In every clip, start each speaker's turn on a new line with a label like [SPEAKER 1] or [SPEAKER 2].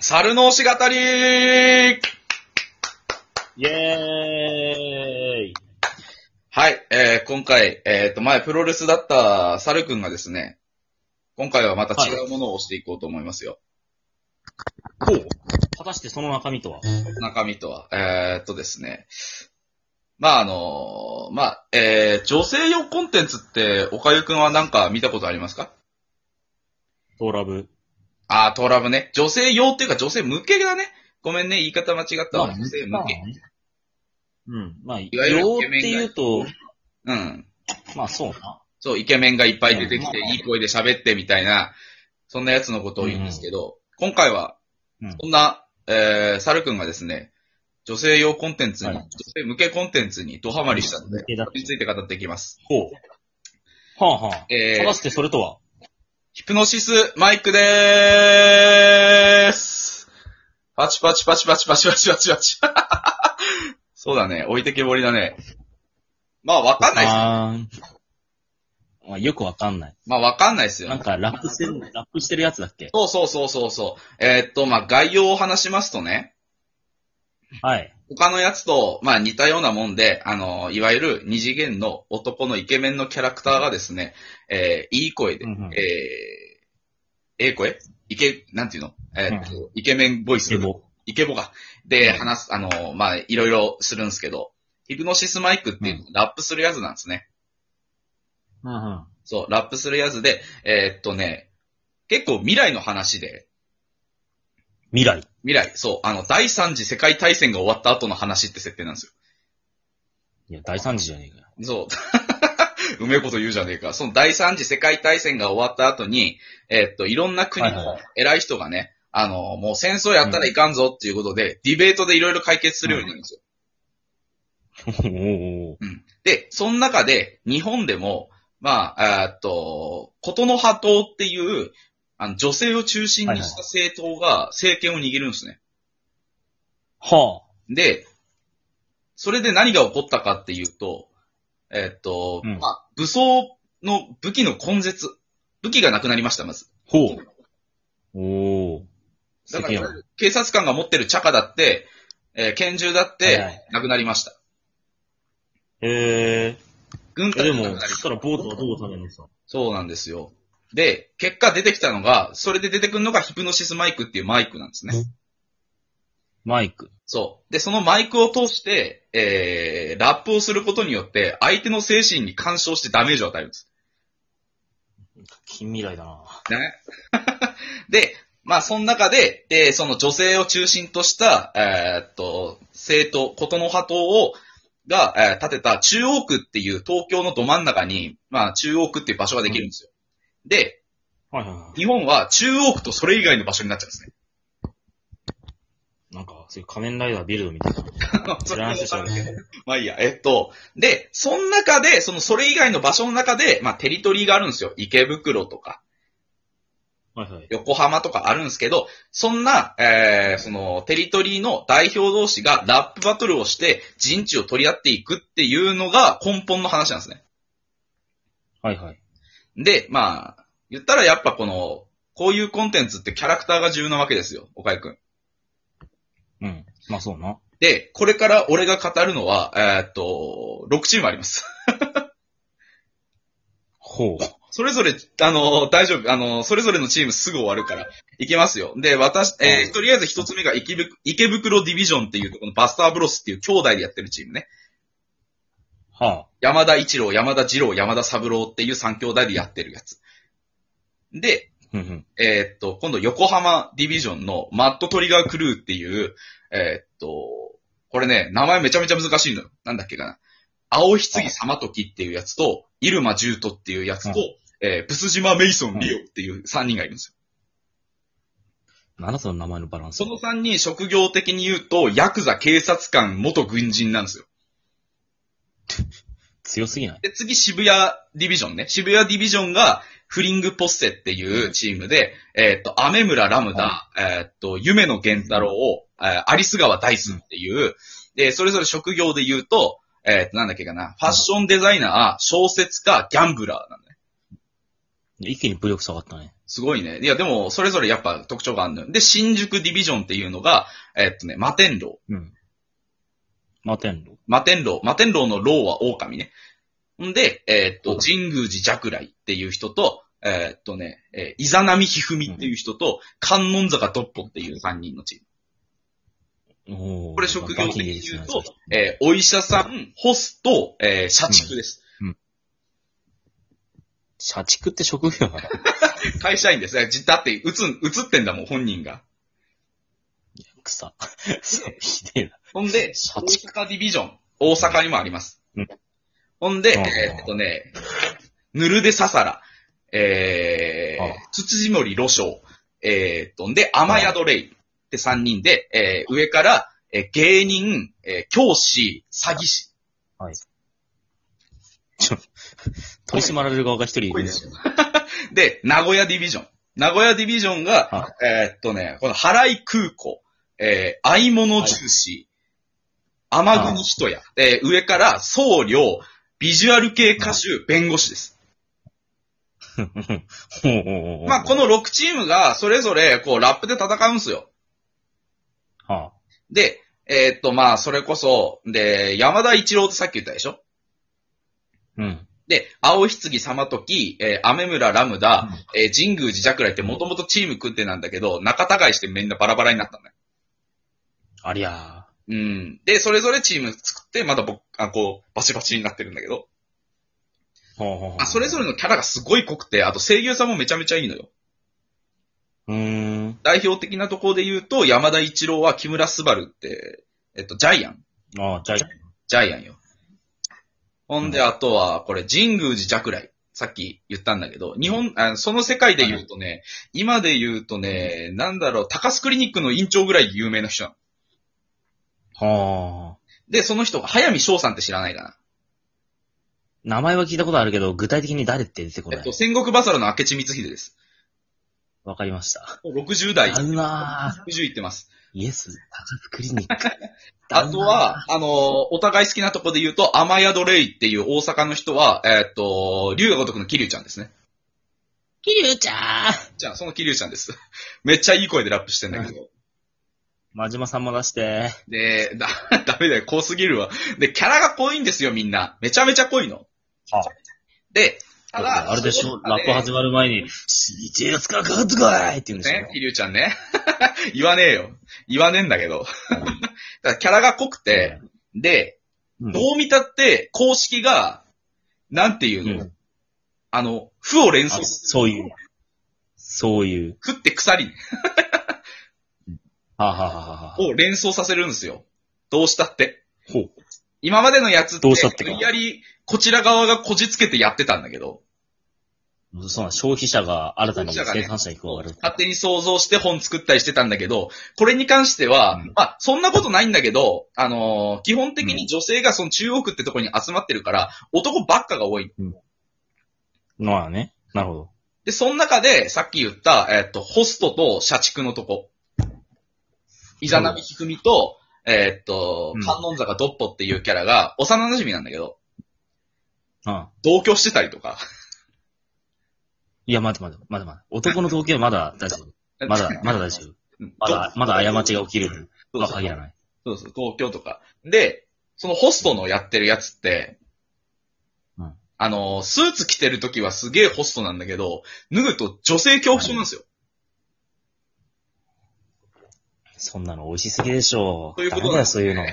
[SPEAKER 1] 猿の推し語り
[SPEAKER 2] イエーイ
[SPEAKER 1] はい、えー、今回、えっ、と、前プロレスだった猿くんがですね、今回はまた違うものを推していこうと思いますよ。
[SPEAKER 2] ほう。果たしてその中身とは
[SPEAKER 1] 中身とは。えー、っとですね。まあ、あのまあ、えー、女性用コンテンツって、おかゆくんはなんか見たことありますか
[SPEAKER 2] トーラブ。
[SPEAKER 1] あー、トラブね。女性用っていうか女性向けだね。ごめんね、言い方間違ったわ。女性向け。
[SPEAKER 2] うん。まあ、
[SPEAKER 1] いわゆる
[SPEAKER 2] 用って言うと、
[SPEAKER 1] うん。
[SPEAKER 2] まあそうな。
[SPEAKER 1] そう、イケメンがいっぱい出てきて、
[SPEAKER 2] うん
[SPEAKER 1] いい声で喋ってみたいな、そんなやつのことを言うんですけど、今回は
[SPEAKER 2] うん、
[SPEAKER 1] そんな、えー、猿くんがですね、女性用コンテンツに、
[SPEAKER 2] はい
[SPEAKER 1] 女性向けコンテンツにドハマりしたので、
[SPEAKER 2] けだ
[SPEAKER 1] それについて語っていきます。
[SPEAKER 2] ほう。はあはあ。
[SPEAKER 1] え
[SPEAKER 2] 果
[SPEAKER 1] ー
[SPEAKER 2] た、してそれとは
[SPEAKER 1] ヒプノシスマイクでーすパチパチパチパチパチパチパチパチ。 そうだね、置いてけぼりだね。まあ、わかんないっす。
[SPEAKER 2] あーまあ、よくわかんない。
[SPEAKER 1] まあ、わかんないっすよ、ね
[SPEAKER 2] なん。か、ラップしてる、ラップしてるやつだっけ
[SPEAKER 1] そうそうそうそうそう。えーっと、まあ、概要を話しますとね、
[SPEAKER 2] はい。
[SPEAKER 1] 他のやつと、まあ、似たようなもんで、あの、いわゆる二次元の男のイケメンのキャラクターがですね、えー、いい声で、
[SPEAKER 2] うんうん
[SPEAKER 1] えー、ええ声イケ、なんていうのえーっと、イケメンボイス
[SPEAKER 2] エ。ボ。
[SPEAKER 1] イケボか。で、話す、あの、まあ、いろいろするんですけど、ヒプノシスマイクっていうのをラップするやつなんですね。
[SPEAKER 2] うんうん。
[SPEAKER 1] そう、ラップするやつで、えーっとね、結構未来の話で、
[SPEAKER 2] 未来。
[SPEAKER 1] 未来、そう、あの、第三次世界大戦が終わった後の話って設定なんですよ。
[SPEAKER 2] いや、大惨事じゃねえかよ。
[SPEAKER 1] そう。う めえこと言うじゃねえか。その第三次世界大戦が終わった後に、えーっと、いろんな国
[SPEAKER 2] はい
[SPEAKER 1] の
[SPEAKER 2] は
[SPEAKER 1] 偉い人がね、あの、もう戦争やったらいかんぞっていうことで、ディベートでいろいろ解決するようになるんですよ。
[SPEAKER 2] おーおー
[SPEAKER 1] うん。で、その中で、日本でも、まあ、えーっと、ことの波動っていう、あの、女性を中心にした政党が政権を握るんですね。
[SPEAKER 2] は
[SPEAKER 1] で、それで何が起こったかっていうと、えっと、
[SPEAKER 2] うん
[SPEAKER 1] まあ、武装の武器の根絶。武器がなくなりました、まず。
[SPEAKER 2] あ。ほう。おお。
[SPEAKER 1] だか
[SPEAKER 2] 世間
[SPEAKER 1] ら、警察官が持ってるチャカだって、えー拳銃だっ
[SPEAKER 2] はいはい
[SPEAKER 1] て、なくなりました。
[SPEAKER 2] え
[SPEAKER 1] 軍
[SPEAKER 2] ー、え、で
[SPEAKER 1] 隊もなく
[SPEAKER 2] も、
[SPEAKER 1] なりま
[SPEAKER 2] そ
[SPEAKER 1] し。
[SPEAKER 2] したたらボートはどう食べるんですか
[SPEAKER 1] そうなんですよ。で、結果出てきたのが、それで出てくるのがヒプノシスマイクっていうマイクなんですね。
[SPEAKER 2] マイク。
[SPEAKER 1] そう。で、そのマイクを通して、えー、ラップをすることによって、相手の精神に干渉してダメージを与えるんです。
[SPEAKER 2] 近未来だな。
[SPEAKER 1] ね。で、まあ、その中で、えーその女性を中心とした、えーっと、政党、ことの派党を、が、えー建てた中央区っていう東京のど真ん中に、まあ、中央区っていう場所ができるんですよ。で、
[SPEAKER 2] はいはいはい。
[SPEAKER 1] 日本は中央区とそれ以外の場所になっちゃうんですね。
[SPEAKER 2] なんか、そういう仮面ライダービルドみたいな。知らない人知らないけど。
[SPEAKER 1] まあいいや、えっと、で、その中で、そのそれ以外の場所の中で、まあ、テリトリーがあるんですよ。池袋とか、
[SPEAKER 2] はいはい。
[SPEAKER 1] 横浜とかあるんですけど、そんな、えー、その、テリトリーの代表同士がラップバトルをして、陣地を取り合っていくっていうのが根本の話なんですね。
[SPEAKER 2] はいはい。
[SPEAKER 1] で、まあ、言ったらやっぱこの、こういうコンテンツってキャラクターが重要なわけですよ、岡井くん。
[SPEAKER 2] うん。まあそうな。
[SPEAKER 1] で、これから俺が語るのは、えーっと、6チームあります。
[SPEAKER 2] ほう。
[SPEAKER 1] それぞれ、あの、大丈夫。あの、それぞれのチームすぐ終わるから、いきますよ。で、私、えーとりあえず一つ目が池袋池袋ディビジョンっていうとこのバスターブロスっていう兄弟でやってるチームね。
[SPEAKER 2] はあ。
[SPEAKER 1] 山田一郎、山田二郎、山田三郎っていう三兄弟でやってるやつ。で、
[SPEAKER 2] うんうん。
[SPEAKER 1] えーっと、今度横浜ディビジョンのマットトリガークルーっていう、えーっと、これね、名前めちゃめちゃ難しいのよ。なんだっけかな。青ひつぎ様時っていうやつと、入間重斗っていうやつと、
[SPEAKER 2] う
[SPEAKER 1] えーブス島メイソンリオっていう3人がいるんですよ。
[SPEAKER 2] なんだその名前のバランス。
[SPEAKER 1] その3人職業的に言うと、ヤクザ警察官元軍人なんですよ。
[SPEAKER 2] 強すぎない
[SPEAKER 1] で、次渋谷ディビジョンね。渋谷ディビジョンが、フリングポッセっていうチームで、えーっと、アメ村ラムダ、えーっと、夢野源太郎を、えーアリス川ダイスっていう、で、それぞれ職業で言うと、えーっと、なんだっけかな、ファッションデザイナー、小説家、ギャンブラーなんだね。
[SPEAKER 2] 一気に武力下がったね。
[SPEAKER 1] すごいね。いや、でも、それぞれやっぱ特徴があるのよ。で、新宿ディビジョンっていうのが、えっとね、摩天楼。
[SPEAKER 2] うん。摩天楼。
[SPEAKER 1] 摩天楼。摩天楼の楼は狼ね。んで、えっと、神宮寺若来っていう人と、えっとね、えー、イザナミヒフミっていう人と、観音坂ドッポっていう3人のチーム。
[SPEAKER 2] おー
[SPEAKER 1] これ職業的に言うと
[SPEAKER 2] ガキ、です
[SPEAKER 1] え
[SPEAKER 2] ね
[SPEAKER 1] ーお医者さん、ホスト、えー社畜です。
[SPEAKER 2] 社畜って職業なの
[SPEAKER 1] 会社員です。えじだって、うつん、うつってんだもん、本人が。
[SPEAKER 2] 草。 ひでえな。
[SPEAKER 1] ほんで、
[SPEAKER 2] 社
[SPEAKER 1] 大
[SPEAKER 2] 畜。
[SPEAKER 1] 阪ディビジョン、大阪にもあります。
[SPEAKER 2] うん
[SPEAKER 1] ほんで、
[SPEAKER 2] うん
[SPEAKER 1] えーっとね、ぬるでささら、え
[SPEAKER 2] うん
[SPEAKER 1] ー、土地森露章、えーっと、んで、雨宿レイって3人で、えー上から、えー芸人、えー教師、詐欺師。
[SPEAKER 2] 取り締まられる側が一人いるんですよ。
[SPEAKER 1] で、名古屋ディビジョン。名古屋ディビジョンが、えーっとね、この原井空港、えー、合い物重視、雨国人や、えー上から僧侶、ビジュアル系歌手、弁護士です。
[SPEAKER 2] おうおうおう
[SPEAKER 1] まあ、この6チームが、それぞれ、こう、ラップで戦うんすよ。
[SPEAKER 2] は
[SPEAKER 1] で、えーっと、まあ、それこそ、で、山田一郎ってさっき言ったでしょ
[SPEAKER 2] あ。うん。
[SPEAKER 1] で、青ひつぎ様時、えー、雨村ラムダ
[SPEAKER 2] うん、
[SPEAKER 1] えー神宮寺ジャクライってもともとチーム組んでなんだけど、仲違いしてみんなバラバラになったんだよ。
[SPEAKER 2] ありゃ
[SPEAKER 1] うん。で、それぞれチーム作って、また僕、あ、こう、バチバチになってるんだけど、
[SPEAKER 2] ー。ほうほうほう
[SPEAKER 1] あ、それぞれのキャラがすごい濃くて、あと声優さんもめちゃめちゃいいのよ。
[SPEAKER 2] うーん。
[SPEAKER 1] 代表的なところで言うと、山田一郎は木村昴って、えっと、ジャイアン。
[SPEAKER 2] ああ、じゃあ、
[SPEAKER 1] ジャイアンよ。ほんで、
[SPEAKER 2] う
[SPEAKER 1] あとは、これ、神宮寺若来。さっき言ったんだけど、日本、あその世界で言うとね、今で言うとね、なんだろう、高須クリニックの院長ぐらい有名な人なの。
[SPEAKER 2] はあ。
[SPEAKER 1] で、その人が、早見翔さんって知らないかな。
[SPEAKER 2] 名前は聞いたことあるけど、具体的に誰って出てこ
[SPEAKER 1] えっ
[SPEAKER 2] ない
[SPEAKER 1] と、。戦国バサラの明智光秀です。
[SPEAKER 2] わかりました。
[SPEAKER 1] 60代。
[SPEAKER 2] だるなぁ。
[SPEAKER 1] 60いってます。
[SPEAKER 2] イエス、高津クリニッ ク。
[SPEAKER 1] あとは、あのー、お互い好きなとこで言うと、雨宿レイっていう大阪の人は、えーっと、竜が如くの桐生ちゃんですね。
[SPEAKER 2] キリュウちゃん
[SPEAKER 1] じゃあ、その桐生ちゃんです。 めっちゃいい声でラップしてんだけど。
[SPEAKER 2] 真島さんも出して。
[SPEAKER 1] で、だ、 ダメだよ、濃すぎるわ。で、キャラが濃いんですよ、みんな。めちゃめちゃ濃いの。
[SPEAKER 2] あ
[SPEAKER 1] で、ただ、
[SPEAKER 2] あれでしょラップ
[SPEAKER 1] ず
[SPEAKER 2] 始まる前に、一月からかかってこいって言うんでし
[SPEAKER 1] ね、桐生ちゃんね。 言わねえよ。言わねえんだけど。 だからキャラが濃くて、
[SPEAKER 2] ょ
[SPEAKER 1] で、
[SPEAKER 2] うん
[SPEAKER 1] どう見たって、公式が、なんていうの、
[SPEAKER 2] うん
[SPEAKER 1] あの、負を連
[SPEAKER 2] あ
[SPEAKER 1] 想する。
[SPEAKER 2] そういう。そういう。
[SPEAKER 1] 食って鎖
[SPEAKER 2] はあ、はあはあはあ、
[SPEAKER 1] を連想させるんですよ。どうしたって。
[SPEAKER 2] ほう。
[SPEAKER 1] 今までのやつって、
[SPEAKER 2] どうしたってか
[SPEAKER 1] 無理やり、こちら側がこじつけてやってたんだけど、
[SPEAKER 2] そうなん消費者が新たに
[SPEAKER 1] 消費者がね
[SPEAKER 2] 生産者に加わる。
[SPEAKER 1] 勝手に想像して本作ったりしてたんだけど、これに関しては、
[SPEAKER 2] うん
[SPEAKER 1] まあ、そんなことないんだけど、あのー基本的に女性がその中央区ってとこに集まってるから、男ばっかが多い。
[SPEAKER 2] まあね。なるほど。
[SPEAKER 1] で、その中で、さっき言った、えっと、ホストと社畜のとこ。イザナミヒクミと、えっと
[SPEAKER 2] うん、
[SPEAKER 1] 観音坂ドッポっていうキャラが、幼馴染なんだけど、
[SPEAKER 2] うん。
[SPEAKER 1] 同居してたりとか。
[SPEAKER 2] いや、まだまだ、まだまだ。男の統計はまだ大丈 夫。まだ、まだ大丈夫。まだ、まだ過ちが起きる。
[SPEAKER 1] そう
[SPEAKER 2] は
[SPEAKER 1] そう
[SPEAKER 2] 限らない。
[SPEAKER 1] そうそう、東京とか。で、そのホストのやってるやつって、
[SPEAKER 2] うん
[SPEAKER 1] あの、スーツ着てる時はすげえホストなんだけど、脱ぐと女性恐怖症なんですよ。
[SPEAKER 2] そんなの美味しすぎでしょ
[SPEAKER 1] ということ
[SPEAKER 2] ダメだよ、そういうの。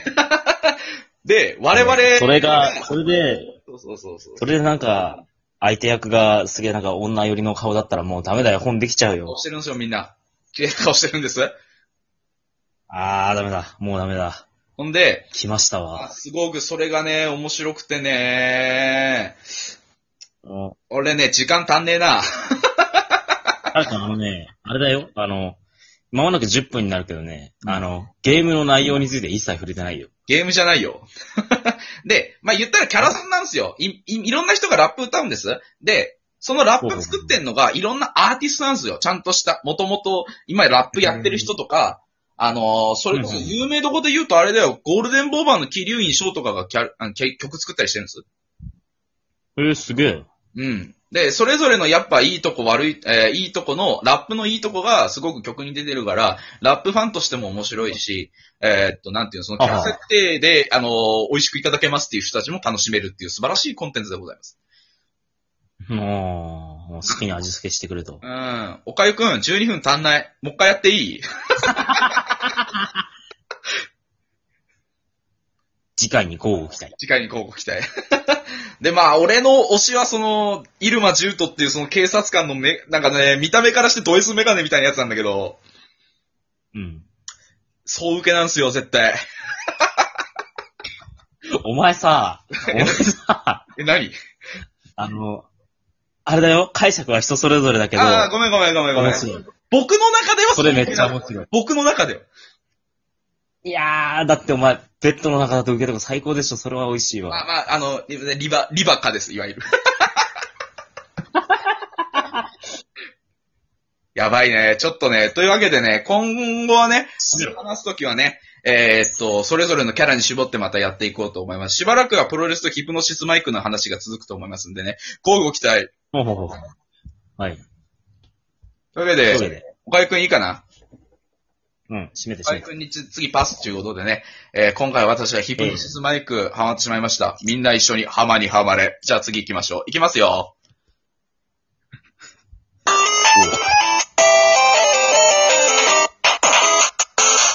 [SPEAKER 1] で、我々、
[SPEAKER 2] それが、それで、
[SPEAKER 1] そうそうそうそう。
[SPEAKER 2] それでなんか、相手役がすげえなんか女寄りの顔だったらもうダメだよ、本できちゃう
[SPEAKER 1] 顔
[SPEAKER 2] よ
[SPEAKER 1] し。てるんですよ、みんな。綺麗な顔してるんです。
[SPEAKER 2] あー、ダメだ。もうダメだ。
[SPEAKER 1] ほんで、
[SPEAKER 2] 来ました
[SPEAKER 1] あ
[SPEAKER 2] わ。
[SPEAKER 1] すごくそれがね、面白くてね、
[SPEAKER 2] うん
[SPEAKER 1] 俺ね、時間足んねえな。
[SPEAKER 2] あれか、あのね、あれだよ。あの、まもなく10分になるけどね、あの、ゲームの内容について一切触れてないよ。
[SPEAKER 1] ゲームじゃないよ。 で、まあ、言ったらキャラさんなんですよ。い、い、いろんな人がラップ歌うんです。で、そのラップ作ってんのが、いろんなアーティストなんですよ。ちゃんとした、もともと、今ラップやってる人とか、あのーそれこそ有名どこで言うとあれだよ、ゴールデンボーバーのキリュウインショーとかがキャラあのキャ曲作ったりしてるんです。
[SPEAKER 2] えー、すげえ。
[SPEAKER 1] うん。で、それぞれのやっぱいいとこ悪い、えーいいとこの、ラップのいいとこがすごく曲に出てるから、ラップファンとしても面白いし、えーっと、なんていうの、そのキャラ設定で、あのー美味しくいただけますっていう人たちも楽しめるっていう素晴らしいコンテンツでございます。
[SPEAKER 2] もう、もう好きに味付けしてくれと。
[SPEAKER 1] うん。おかゆくん、12分足んない。もう一回やっていい
[SPEAKER 2] 次回にこう期待。
[SPEAKER 1] 次回に広告期待。 で、まあ、俺の推しはその、イルマ・ジュートっていうその警察官のめ、なんかね、見た目からしてド S メガネみたいなやつなんだけど、
[SPEAKER 2] うん。
[SPEAKER 1] そう受けなんですよ、絶対。
[SPEAKER 2] お前さ、お前さ、
[SPEAKER 1] え、何
[SPEAKER 2] あの、あれだよ、解釈は人それぞれだけど、
[SPEAKER 1] ああ、ごめんごめんごめんごめん
[SPEAKER 2] 面。白い
[SPEAKER 1] 僕の中では
[SPEAKER 2] それめっちゃ面白い。
[SPEAKER 1] 僕の中では。
[SPEAKER 2] いやー、だってお前、ベッドの中だと受けとか最高でしょ、それは美味しい
[SPEAKER 1] まあ
[SPEAKER 2] わ。
[SPEAKER 1] まあ、あの、リリバ、リバカです、いわゆ る。やばいね。ちょっとね、というわけでね、今後はね、話すときはね、えーっと、それぞれのキャラに絞ってまたやっていこうと思います。しばらくはプロレスとヒプノシスマイクの話が続くと思いますんでね、交互期待。
[SPEAKER 2] ほうほうほうはい。
[SPEAKER 1] というわけ
[SPEAKER 2] それ
[SPEAKER 1] で、
[SPEAKER 2] で。
[SPEAKER 1] 岡井くんいいかな
[SPEAKER 2] うん、閉めて
[SPEAKER 1] 岡
[SPEAKER 2] 閉
[SPEAKER 1] 井
[SPEAKER 2] めて。
[SPEAKER 1] くんにつ次パスということでね、えー今回私はヒプノシスマイクハマってしまいました。みんな一緒にハマにハマれ。じゃあ次行きましょう。行きますよ。